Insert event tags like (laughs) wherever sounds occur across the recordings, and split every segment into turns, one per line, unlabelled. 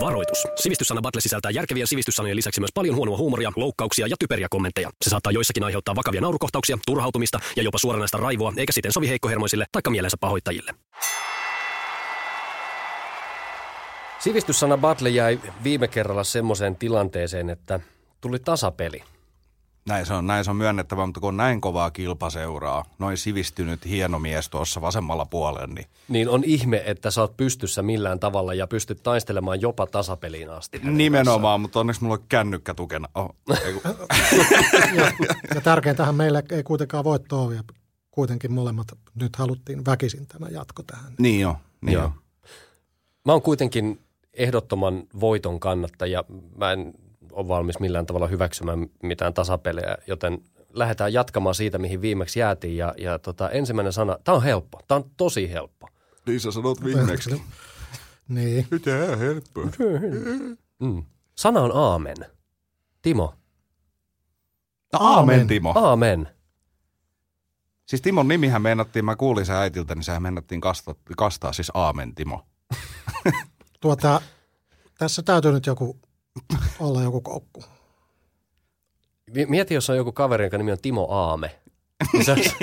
Varoitus. Sivistyssana Battle sisältää järkevien sivistyssanojen lisäksi myös paljon huonoa huumoria, loukkauksia ja typeriä kommentteja. Se saattaa joissakin aiheuttaa vakavia naurukohtauksia, turhautumista ja jopa suoranaista raivoa, eikä siten sovi heikkohermoisille tai mielensä pahoittajille.
Sivistyssana Battle jäi viime kerralla semmoiseen tilanteeseen, että tuli tasapeli.
Näin se on, näin se on myönnettävä, mutta kun on näin kovaa kilpaseuraa, noin sivistynyt hieno mies tuossa vasemmalla puolella, niin
Niin on ihme, että sä oot pystyssä millään tavalla ja pystyt taistelemaan jopa tasapeliin asti.
Niin, nimenomaan, mutta onneksi mulla on kännykkä tukena. Oh, ei (laughs) kun-
Ja tärkeintähän meillä ei kuitenkaan voittoa ole ja kuitenkin molemmat nyt haluttiin väkisin tämä jatko tähän.
niin joo, niin
Joo.
joo.
Mä oon kuitenkin ehdottoman voiton kannattaja. Mä en ole valmis millään tavalla hyväksymään mitään tasapelejä, joten lähdetään jatkamaan siitä, mihin viimeksi jäätiin. Ja, ja tota, ensimmäinen sana, tämä on helppo, tämä on tosi helppo.
Niin sä sanot
Niin,
Mitä helppoa.
Mm. Sana on aamen. Timo,
No, aamen,
Aamen.
Timo.
aamen.
Siis Timon nimihän meinattiin, mä kuulin sen äitiltä, niin sehän meinattiin kasta, kastaa siis aamen, Timo.
tuota, tässä täytyy nyt joku olla joku koukku.
Mi- Mieti, jos on joku kaveri, jonka nimi on Timo Aame. Niin se olisi-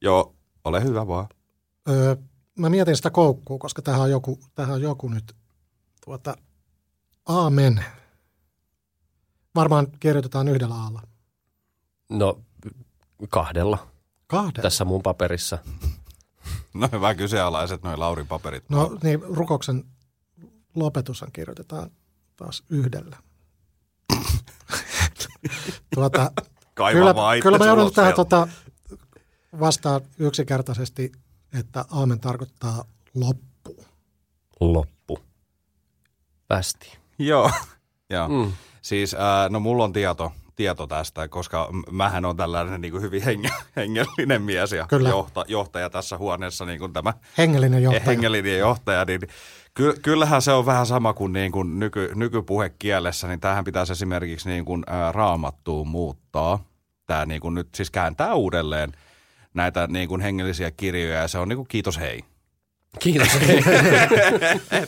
Joo, ole hyvä vaan.
Öö, mä mietin sitä koukkua, koska tähän on joku, tähän on joku nyt tuota, aamen. Varmaan kirjoitetaan yhdellä aalla.
no, kahdella
Kahdella.
tässä mun paperissa.
No hyvä kyseenalaiset noi Laurin paperit.
No niin, rukoksen lopetushan kirjoitetaan taas
(laughs)
yhdellä. tuota,
Kaiva
kyllä,
vaan
kyllä mä
itsesi
joudun
ulos
tähän
sieltä.
tota, vastaan yksinkertaisesti, että aamen tarkoittaa loppu.
Loppu. Västi.
(laughs) Joo. Joo.
Mm.
Siis, ää, no mulla on tieto, tieto tästä, koska m- mähän on tällainen niin kuin hyvin henge, (laughs) hengellinen mies ja
Kyllä.
johta, johtaja tässä huoneessa, niin kuin tämä
Hengellinen johtaja.
(laughs) hengellinen johtaja, niin ky, kyllähän se on vähän sama kuin, niin kuin nyky, nykypuhekielessä, niin tähän pitäisi esimerkiksi niin kuin, ää, raamattuun muuttaa. Tämä niin kuin nyt siis kääntää uudelleen näitä niin kuin hengellisiä kirjoja ja se on niin kuin kiitos hei.
Kiitos.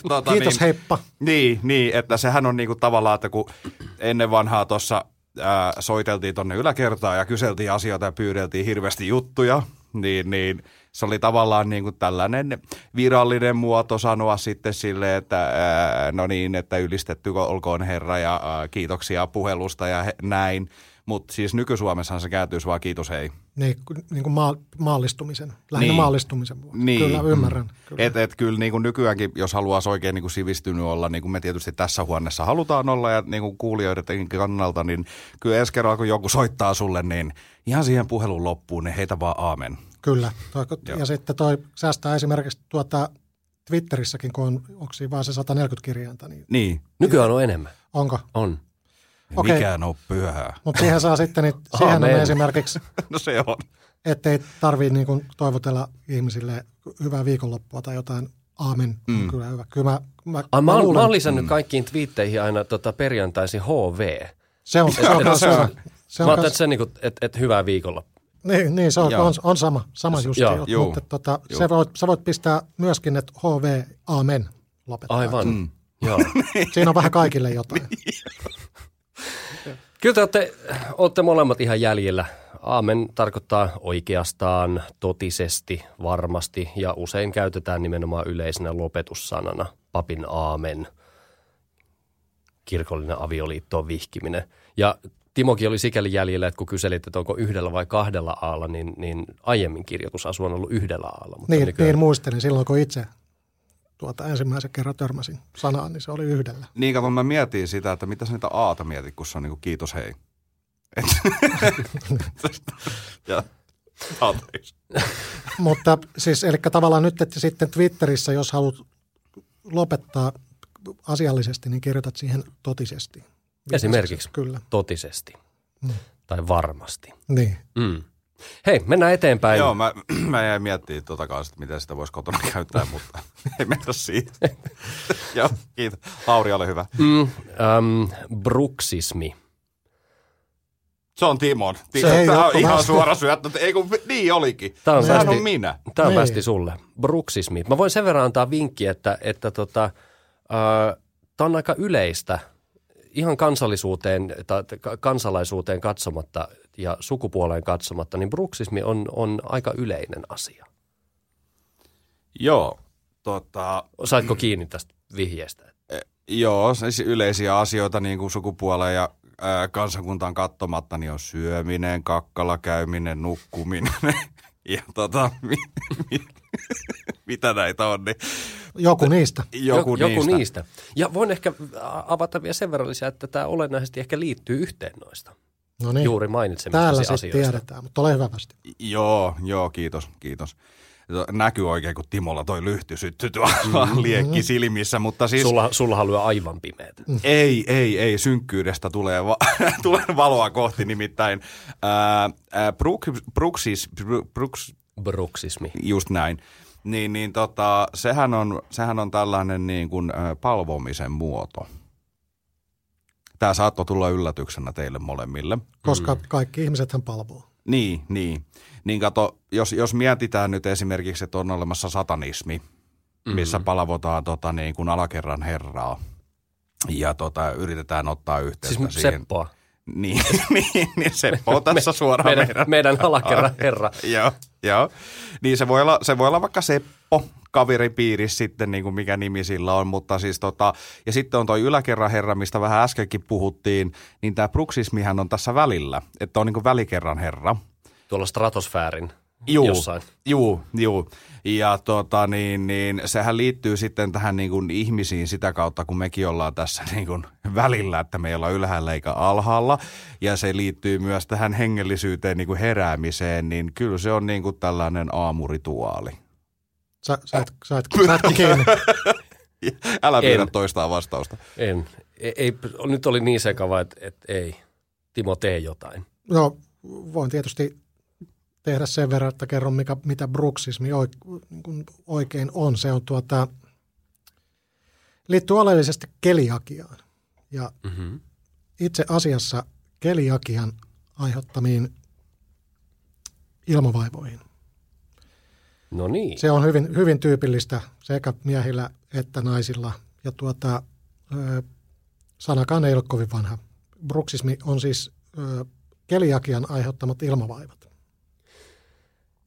Tuota,
Kiitos
niin,
heippa.
Niin, niin, että sehän on niinku tavallaan, että kun ennen vanhaa tuossa ää, soiteltiin tonne yläkertaan ja kyseltiin asioita ja pyydeltiin hirveästi juttuja, niin, niin se oli tavallaan niinku tällainen virallinen muoto sanoa sitten sille, että ää, no niin, että ylistetty olkoon herra ja ää, kiitoksia puhelusta ja he, näin. Mutta siis nyky-Suomessahan se kääntyisi vaan kiitos hei.
Niin, kun- niin kuin maa, maallistumisen, lähinnä
Niin.
niin. maallistumisen vuoksi.
Niin.
Kyllä, ymmärrän.
Mm.
Kyllä.
Et, et kyllä niin kuin nykyäänkin, jos haluaa oikein niin kuin sivistynyt olla, niin kuin me tietysti tässä huoneessa halutaan olla ja niin kuin kuulijoiden kannalta, niin kyllä ensi kerralla, kun joku soittaa sulle, niin ihan siihen puhelun loppuun, niin heitä vaan aamen.
Kyllä. Toi, kun-
Joo.
ja sitten toi säästää esimerkiksi tuota Twitterissäkin, kun on, onko siinä vaan se 140 kirjainta, niin
Niin,
Nykyään on enemmän.
onko?
On.
Okei.
okay. mikään on pyhää.
Mutta siihen saa sitten, niin siihen on
Aamen.
esimerkiksi,
(laughs) No se on.
ettei tarvii niin kuin toivotella ihmisille hyvää viikonloppua tai jotain aamen. Mm. Kyllä hyvä. Kyllä mä, mä,
Ai, mä,
mä
oon,
luulen, Mm.
mä oon lisännyt kaikkiin twiitteihin aina tota, perjantaisin HV.
se on, se on,
Et-
kans
et-
hyvä. Se
mä
on,
otan
kans,
että se, niinku, että et, hyvää viikolla.
niin, niin, se on,
Joo.
on, on sama, sama just.
joo,
Joo,
juu,
mutta tota,
juu.
se voit, sä voit pistää myöskin, että HV, aamen lopettaa.
Aivan. Mm.
(laughs)
Joo.
Siinä on vähän kaikille jotain.
Kyllä te olette, olette molemmat ihan jäljellä. Aamen tarkoittaa oikeastaan, totisesti, varmasti ja usein käytetään nimenomaan yleisenä lopetussanana. Papin aamen, kirkollinen avioliittoon vihkiminen. Ja Timokin oli sikäli jäljellä, että kun kyselit, että onko yhdellä vai kahdella aalla, niin, niin aiemmin kirjoitusasu on ollut yhdellä aalla. Mutta
Niin,
nykyään-
niin muistelin silloin, kun itse tuota ensimmäisen kerran törmäsin sanaan, niin se oli yhdellä.
Niin kato, mä mietin sitä, että mitä sä niitä aata mietit, kun se on niin kuin kiitos hei. (laughs) Et- ja, aateis.
Mutta siis, eli tavallaan nyt, että sitten Twitterissä, jos haluat lopettaa asiallisesti, niin kirjoitat siihen totisesti. siis,
Esimerkiksi.
Kyllä,
totisesti
Mm.
tai varmasti.
niin.
Mm. Hei, mennään eteenpäin.
Joo, mä, (clears throat) mä jäin miettimään tota kanssa, että miten sitä voisi kotona käyttää, mutta (laughs) ei mennä siitä. (laughs) Joo, kiitos. Lauri, ole hyvä.
Mm, äm, bruksismi.
Se on Timon. Ti-
Se ei
Tämä on
ollut
ihan
vasta.
suora syöttö. Ei kun, niin olikin.
Tää on
Sehän
västi-
on minä.
Tämä on
Niin.
västi sulle. Brooks Smith. Mä voin sen verran antaa vinkki, että, että tota, tämä on aika yleistä ihan kansallisuuteen tai ka- kansalaisuuteen katsomatta ja sukupuoleen katsomatta, niin bruksismi on, on aika yleinen asia.
Joo. Tota,
Saitko kiinni tästä vihjeestä?
Joo, siis yleisiä asioita niin kuin sukupuoleen ja ää, kansakuntaan katsomatta, niin on syöminen, kakkala käyminen, nukkuminen (laughs) ja tota, mi, mi, (laughs) mitä näitä on, niin
Joku niistä.
joku,
Jo-
niistä.
niistä. Ja voin ehkä avata vielä sen verran lisää, että tämä olennaisesti ehkä liittyy yhteen noista
No niin,
juuri mainitsemistasi
täällä
asioista.
sitten tiedetään, mutta ole hyvä västi.
Joo, joo, kiitos, kiitos. Näkyy oikein, kun Timolla toi lyhty syttyi tuolla (laughs) liekki silmissä, mutta siis...
Sulla, sulla lyö aivan pimeätä.
Mm.
Ei, ei, ei. Synkkyydestä tulee, va- (laughs) tulee valoa kohti nimittäin. Ää, ää, Brooks, Brooksis, Brooks,
Bruksismi.
Just näin. Niin, niin tota, sehän, on, sehän on tällainen niin kuin, ö, palvomisen muoto. Tämä saattoi tulla yllätyksenä teille molemmille.
Koska mm. kaikki ihmisethän palvoo.
Niin, niin. Niin kato, jos, jos mietitään nyt esimerkiksi, että on olemassa satanismi,
Mm.
missä palvotaan tota, niin kuin alakerran herraa ja tota, yritetään ottaa
Siis
yhteyttä
mut
siihen.
Seppoa.
Niin, (laughs) niin, niin Seppo on tässä suoraan
Meidän, Ah,
meidän
meidän alakerran herra.
joo, joo. Niin se voi, olla, se voi olla vaikka Seppo kaveripiirissä sitten, niin kuin mikä nimi sillä on, mutta siis tota, ja sitten on toi yläkerran herra, mistä vähän äskenkin puhuttiin, niin tämä bruksismihan on tässä välillä, että on niin kuin välikerran herra.
tuolla stratosfäärin
Juu,
jossain.
Juu, juu. Ja tota, niin, niin, sehän liittyy sitten tähän niin kuin ihmisiin sitä kautta, kun mekin ollaan tässä (laughs) niin kuin välillä, että me ei olla ylhäällä eikä alhaalla. Ja se liittyy myös tähän hengellisyyteen niin kuin heräämiseen, niin kyllä se on niin kuin tällainen aamurituaali.
Sä, sä, et, sä, et,
(laughs)
sä et kiinni.
Älä pyydä
En.
toistaa vastausta. (laughs)
En. Ei, ei, nyt oli niin sekava, että, että ei. Timo, tee jotain.
No, voin tietysti tehdä sen verran, että kerron, mikä, mitä bruksismi oik- niin kuin oikein on. Se on tuota, liittyy oleellisesti keliakiaan. Ja
Mm-hmm.
itse asiassa keliakian aiheuttamiin ilmavaivoihin.
No niin.
Se on hyvin, hyvin tyypillistä sekä miehillä että naisilla. Ja tuota, ö, sanakaan ei ole kovin vanha. Bruksismi on siis ö, keliakian aiheuttamat ilmavaivat.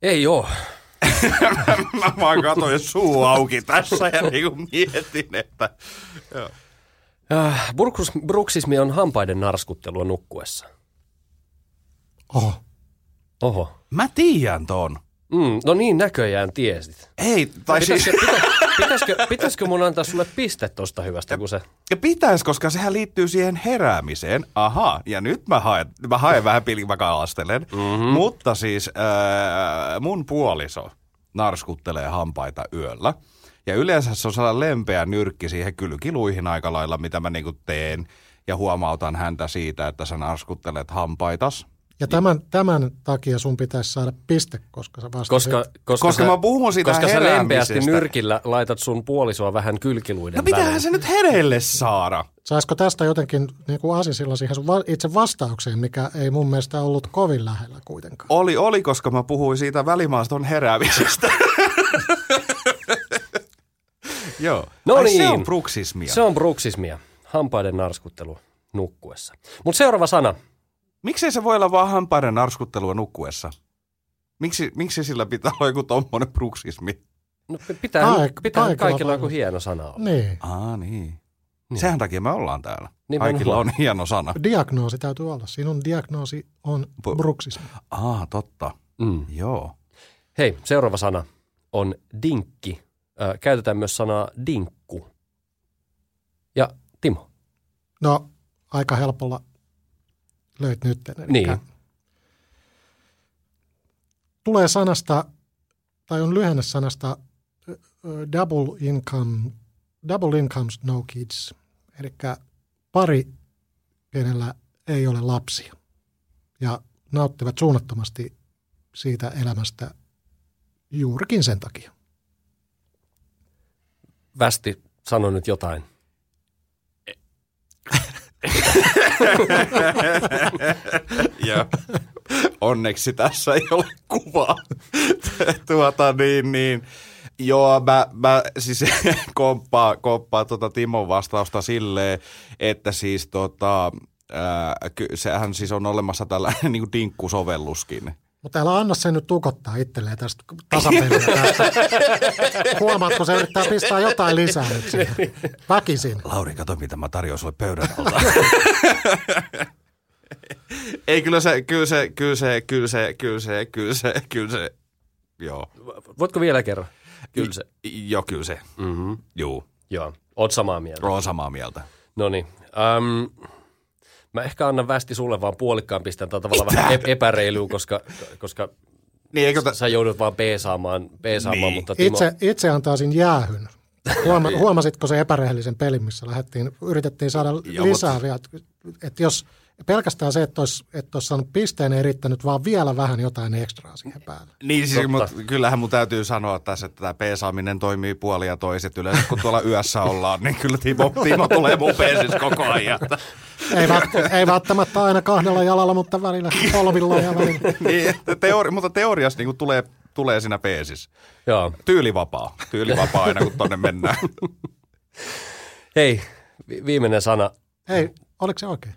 Ei oo.
Mä vaan katsoin suu auki tässä ja niin kuin mietin, että...
Äh, brukus- bruksismi on hampaiden narskuttelua nukkuessa.
Oho.
Oho.
Mä tiedän ton.
Mm, no niin näköjään tiesit.
Ei, tai siis...
Pitäisikö, pitä, pitäisikö, pitäisikö mun antaa sulle piste tosta hyvästä, kun se...
Ja pitäisi, koska sehän liittyy siihen heräämiseen. Aha, ja nyt mä haen, mä haen vähän pilin, mä kalastelen. Mm-hmm. Mutta siis äh, mun puoliso narskuttelee hampaita yöllä. Ja yleensä se on sellainen lempeä nyrkki siihen kylkiluihin aika lailla, mitä mä niinku teen. Ja huomautan häntä siitä, että sä narskuttelet hampaitas.
Ja tämän, tämän takia sun pitäisi saada piste, koska sä vastasit.
Koska, koska,
Koska
sä,
mä puhun siitä
Koska sä lempeästi
heräämisestä.
nyrkillä laitat sun puolisoa vähän kylkiluiden
No mitähän
väliin.
se nyt hereille saada?
Saisiko tästä jotenkin niin kuin asisilla siihen sun va- itse vastaukseen, mikä ei mun mielestä ollut kovin lähellä kuitenkaan.
Oli, oli, koska mä puhuin siitä välimaaston heräämisestä. (laughs) Joo.
No
Ai Se
niin.
on bruksismia.
Se
Se on...
on bruksismia. Hampaiden narskuttelu nukkuessa. Mutta seuraava sana.
Miksei se voi olla vaan hampaiden narskuttelua nukkuessa? Miksi, miksi sillä pitää olla joku tommonen bruksismi?
No p- pitää,
Taik-
pitää
taikalla
kaikilla joku
varmaan.
hieno sana olla.
Niin,
Aa, niin. niin. Sehän takia me ollaan täällä. Niin
Nimenomaan.
Kaikilla on hieno sana.
diagnoosi täytyy olla. Sinun diagnoosi on
Bu-
bruksismi.
Aa, totta.
Mm.
Joo.
Hei, seuraava sana on dinkki. Ö, käytetään myös sanaa dinkku. Ja Timo.
No, aika helpolla löit nyt. Elikkä
Niin.
Tulee sanasta, tai on lyhenne sanasta ö, ö, double income, double incomes no kids. Eli pari, kenellä ei ole lapsia. Ja nauttivat suunnattomasti siitä elämästä juurikin sen takia.
Västi, sano nyt jotain.
Joo. Onneksi tässä ei ole kuvaa. (laughs) tuota niin, niin. Joo, mä, mä siis (laughs) komppaan, komppaan tuota Timon vastausta silleen, että siis tota, ää, ky, sehän siis on olemassa tällainen (laughs) niin kuin dinkkusovelluskin.
Mutta älä anna sen nyt tukottaa itselleen tästä tasapeliä tässä. Huomaat, kun se yrittää pistää jotain lisää nyt siihen. Väkisin.
Lauri, kato mitä mä tarjoan sulle pöydän alta. (laughs) ei kyllä se, kyllä se, kyllä se, kyllä se, kyllä se, kyllä se, kyllä se, joo.
Voitko vielä kerran? Kyllä se.
Joo, kyllä se.
Mm-hmm.
Juu,
Joo, oot samaa mieltä.
olen samaa mieltä.
No niin. Um, mä ehkä annan västi sulle vaan puolikkaan pistän tätä tavallaan vähän ep- epäreiluun, koska, koska
Niin eikö tä...
sä joudut vaan peesaamaan, peesaamaan
Niin.
niin. mutta Timo,
Itse, itse antaisin jäähyn. Huoma, huomasitko se epärehellisen pelin, missä lähdettiin, yritettiin saada
Joo,
lisää vielä. Että jos pelkästään se, että olisi, että olisi saanut pisteen, ei riittänyt, vaan vielä vähän jotain ekstraa siihen päälle.
Niin siis, mut,
Totta.
kyllähän mun täytyy sanoa tässä, että tämä peesaaminen toimii puoli ja toiset. Yleensä kun tuolla yössä ollaan, niin kyllä Timo, (laughs) Timo tulee mun peesis koko ajan.
Ei, vält, ei välttämättä aina kahdella jalalla, mutta välillä polvilla ja välillä.
(laughs) niin, että teori, mutta teoriassa niin tulee, tulee siinä peesis.
joo.
Tyylivapaa. Tyylivapaa aina, kun tonne (laughs) mennään.
Hei, vi- viimeinen sana
Ei, oliko se oikein?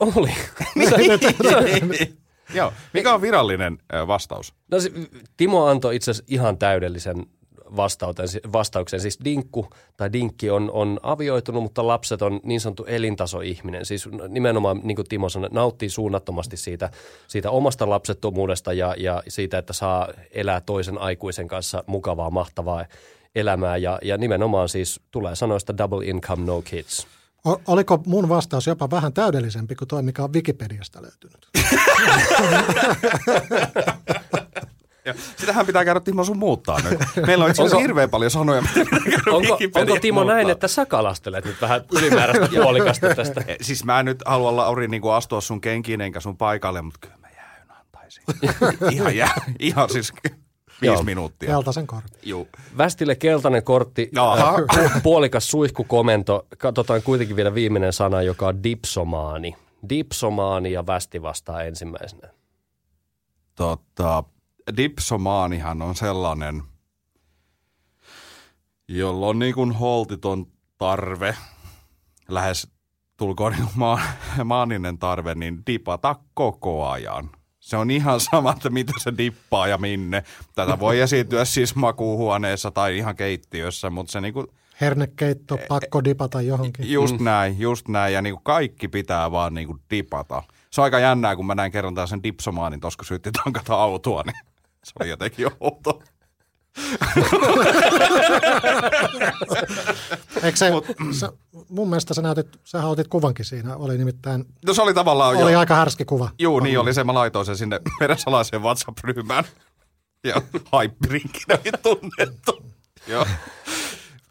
oli.
Joo. Mikä on virallinen ö, vastaus?
No, se- Timo antoi itse asiassa ihan täydellisen vastauten, vastauksen. Siis dinkku tai dinkki on, on avioitunut, mutta lapset on niin sanottu elintasoihminen. Siis nimenomaan, niin kuin Timo sanoi, nauttii suunnattomasti siitä, siitä omasta lapsettomuudesta ja, ja siitä, että saa elää toisen aikuisen kanssa mukavaa, mahtavaa elämää. Ja, ja nimenomaan siis tulee sanoista double income, no kids.
O- oliko mun vastaus jopa vähän täydellisempi kuin toi, mikä on Wikipediasta löytynyt?
Ja sitähän pitää käydä Timo sun muuttaa nyt. Meillä on itse asiassa
Onko-
hirveän paljon sanoja, mitä pitää käydä
Onko, onko
Wikipediasta
Timo näin,
muuttaa.
että sä kalastelet nyt vähän ylimääräistä puolikasta tästä?
E, Siis mä en nyt halua, Lauri, niin kuin astua sun kenkiin enkä sun paikalle, mutta kyllä mä jäyn
(laughs)
antaisin. ihan, jää, ihan siis
Joo.
viisi minuuttia.
Keltaisen kortin.
Juu.
Västille keltainen kortti,
Jaha.
äh, pu- puolikas suihkukomento. Katsotaan kuitenkin vielä viimeinen sana, joka on dipsomaani. Dipsomaani ja Västi vastaa ensimmäisenä.
Tota, dipsomaanihan on sellainen, jolla on niin kuin holtiton tarve, lähes tulkoon niin ma- maaninen tarve, niin dipata koko ajan. Se on ihan sama, että mitä se dippaa ja minne. Tätä voi esiintyä siis makuuhuoneessa tai ihan keittiössä, mutta se niinku,
Hernekeitto, pakko dipata johonkin.
just
Mm.
näin, just näin. Ja niinku kaikki pitää vaan niinku dipata. Se on aika jännää, kun mä näin kerran taas sen dipsomaanin tuossa, kun syytti tankata autoa, niin se oli jotenkin outo.
Eikö se, sä, mun mielestä sä näytit, sähän otit kuvankin siinä, oli nimittäin,
No se oli tavallaan
oli
jo.
aika härski kuva.
Juu, niin oli se. Mä laitoin sen sinne meidän salaiseen WhatsApp-ryhmään. Ja hyperinkinä tunnettu. joo,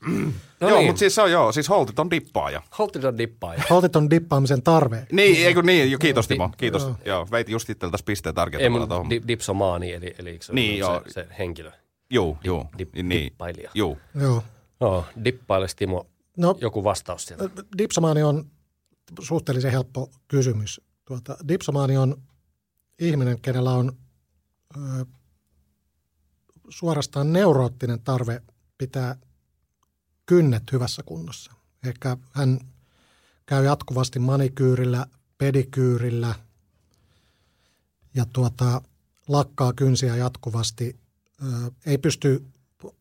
No
joo
niin,
mutta
mutta si-
siis se on joo, siis holtit on dippaaja.
Holtiton dippaaja.
Holtiton dippaamisen tarve.
Niin, eikö niin? Jo, kiitos Timo, kiitos. Joo, joo veit just itseltäs pisteen
Ei
tarkentamalla
mun
tuohon.
di- dipsomaani, eli, eli se,
Niin,
se,
joo.
se henkilö.
Juu, juu,
dip-
niin.
dippailija.
Juu.
Joo.
No, dippailes Timo
No,
joku vastaus sieltä.
dipsomaani on suhteellisen helppo kysymys. Tuota, dipsomaani on ihminen, kenellä on ö, suorastaan neuroottinen tarve pitää kynnet hyvässä kunnossa. Ehkä hän käy jatkuvasti manikyyrillä, pedikyyrillä ja tuota, lakkaa kynsiä jatkuvasti. Ö, ei pysty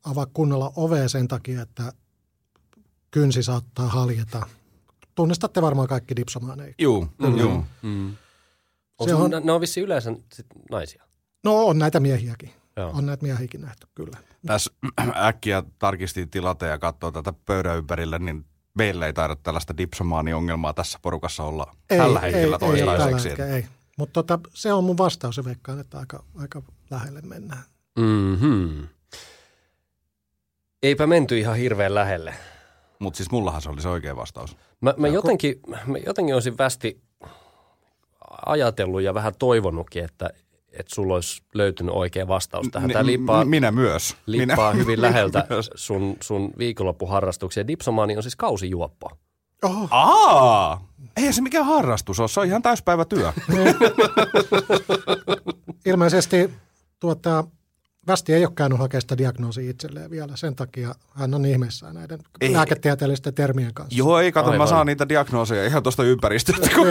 avaa kunnolla ovea sen takia, että kynsi saattaa haljeta. Tunnistatte varmaan kaikki dipsomaaneja.
Juu,
mm.
juu.
Onko
Se on-
ne on vissi yleensä sit naisia.
No on näitä miehiäkin.
Joo.
On näitä miehiäkin nähty, kyllä.
Tässä (clears throat) äkkiä tarkistin tilanteen ja katsoo tätä pöydän ympärille, niin meillä ei taida tällaista dipsomaaniongelmaa tässä porukassa olla
Ei,
tällä hetkellä
ei, ei, tällä
toistaiseksi.
hetkellä ei. Mutta tota, se on mun vastaus ja veikkaan, että aika, aika lähelle mennään.
Mm-hmm. Eipä menty ihan hirveän lähelle.
Mutta siis mullahan se oli se oikea vastaus.
Mä, mä, jotenkin, mä jotenkin olisin västi ajatellut ja vähän toivonutkin, että, että sulla olisi löytynyt oikea vastaus tähän. Tämä
Ni-
liippaa,
mi- minä myös.
liippaa
minä,
hyvin läheltä sun, sun viikonloppuharrastuksia. Dipsomaani on siis kausijuoppo.
Oho,
(laughs) Aa! Ei se mikään harrastus ole, se on ihan täyspäivätyö.
ilmeisesti tuota, Västi ei ole käynyt hakemaan sitä diagnoosia itselleen vielä. Sen takia hän on ihmeissään näiden
Ei.
ei. lääketieteellisten termien kanssa.
(laughs) Joo, ei kato, mä
Aivan.
saan niitä diagnooseja ihan tuosta ympäristöltä kun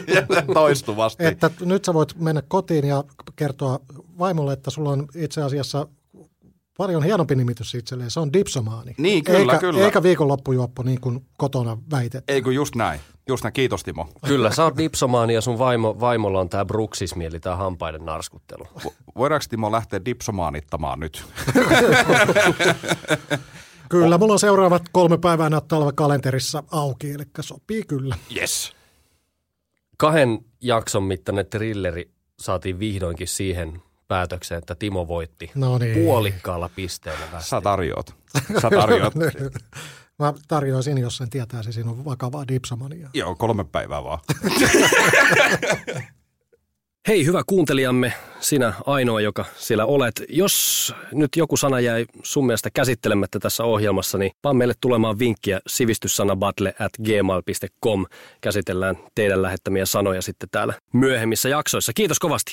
(laughs) toistuvasti.
Että nyt sä voit mennä kotiin ja kertoa vaimolle, että sulla on itse asiassa paljon hienompi nimitys itselleen. Se on dipsomaani.
Niin, kyllä,
eikä,
kyllä.
Eikä viikonloppujuoppo niin kuin kotona väitetty.
Ei kun just näin. Just näin, kiitos Timo.
Kyllä, sä oot dipsomaani ja sun vaimo, vaimolla on tämä bruksismi, eli tämä hampaiden narskuttelu.
Vo- Voidaanko Timo lähteä dipsomaanittamaan nyt?
Kyllä, mulla on seuraavat kolme päivää näyttää olevan kalenterissa auki, eli sopii kyllä.
Yes.
Kahden jakson mittainen trilleri saatiin vihdoinkin siihen päätökseen, että Timo voitti
No niin.
puolikkaalla pisteellä västi.
Sä tarjoat. Sä (laughs) tarjoat.
Mä tarjoisin, jos sen tietää, siinä on vakavaa dipsomaniaa.
Joo, kolme päivää vaan.
Hei hyvä kuuntelijamme, sinä ainoa, joka siellä olet. Jos nyt joku sana jäi sun mielestä käsittelemättä tässä ohjelmassa, niin vaan meille tulemaan vinkkiä sivistyssanabattle at gmail.com. Käsitellään teidän lähettämiä sanoja sitten täällä myöhemmissä jaksoissa. Kiitos kovasti.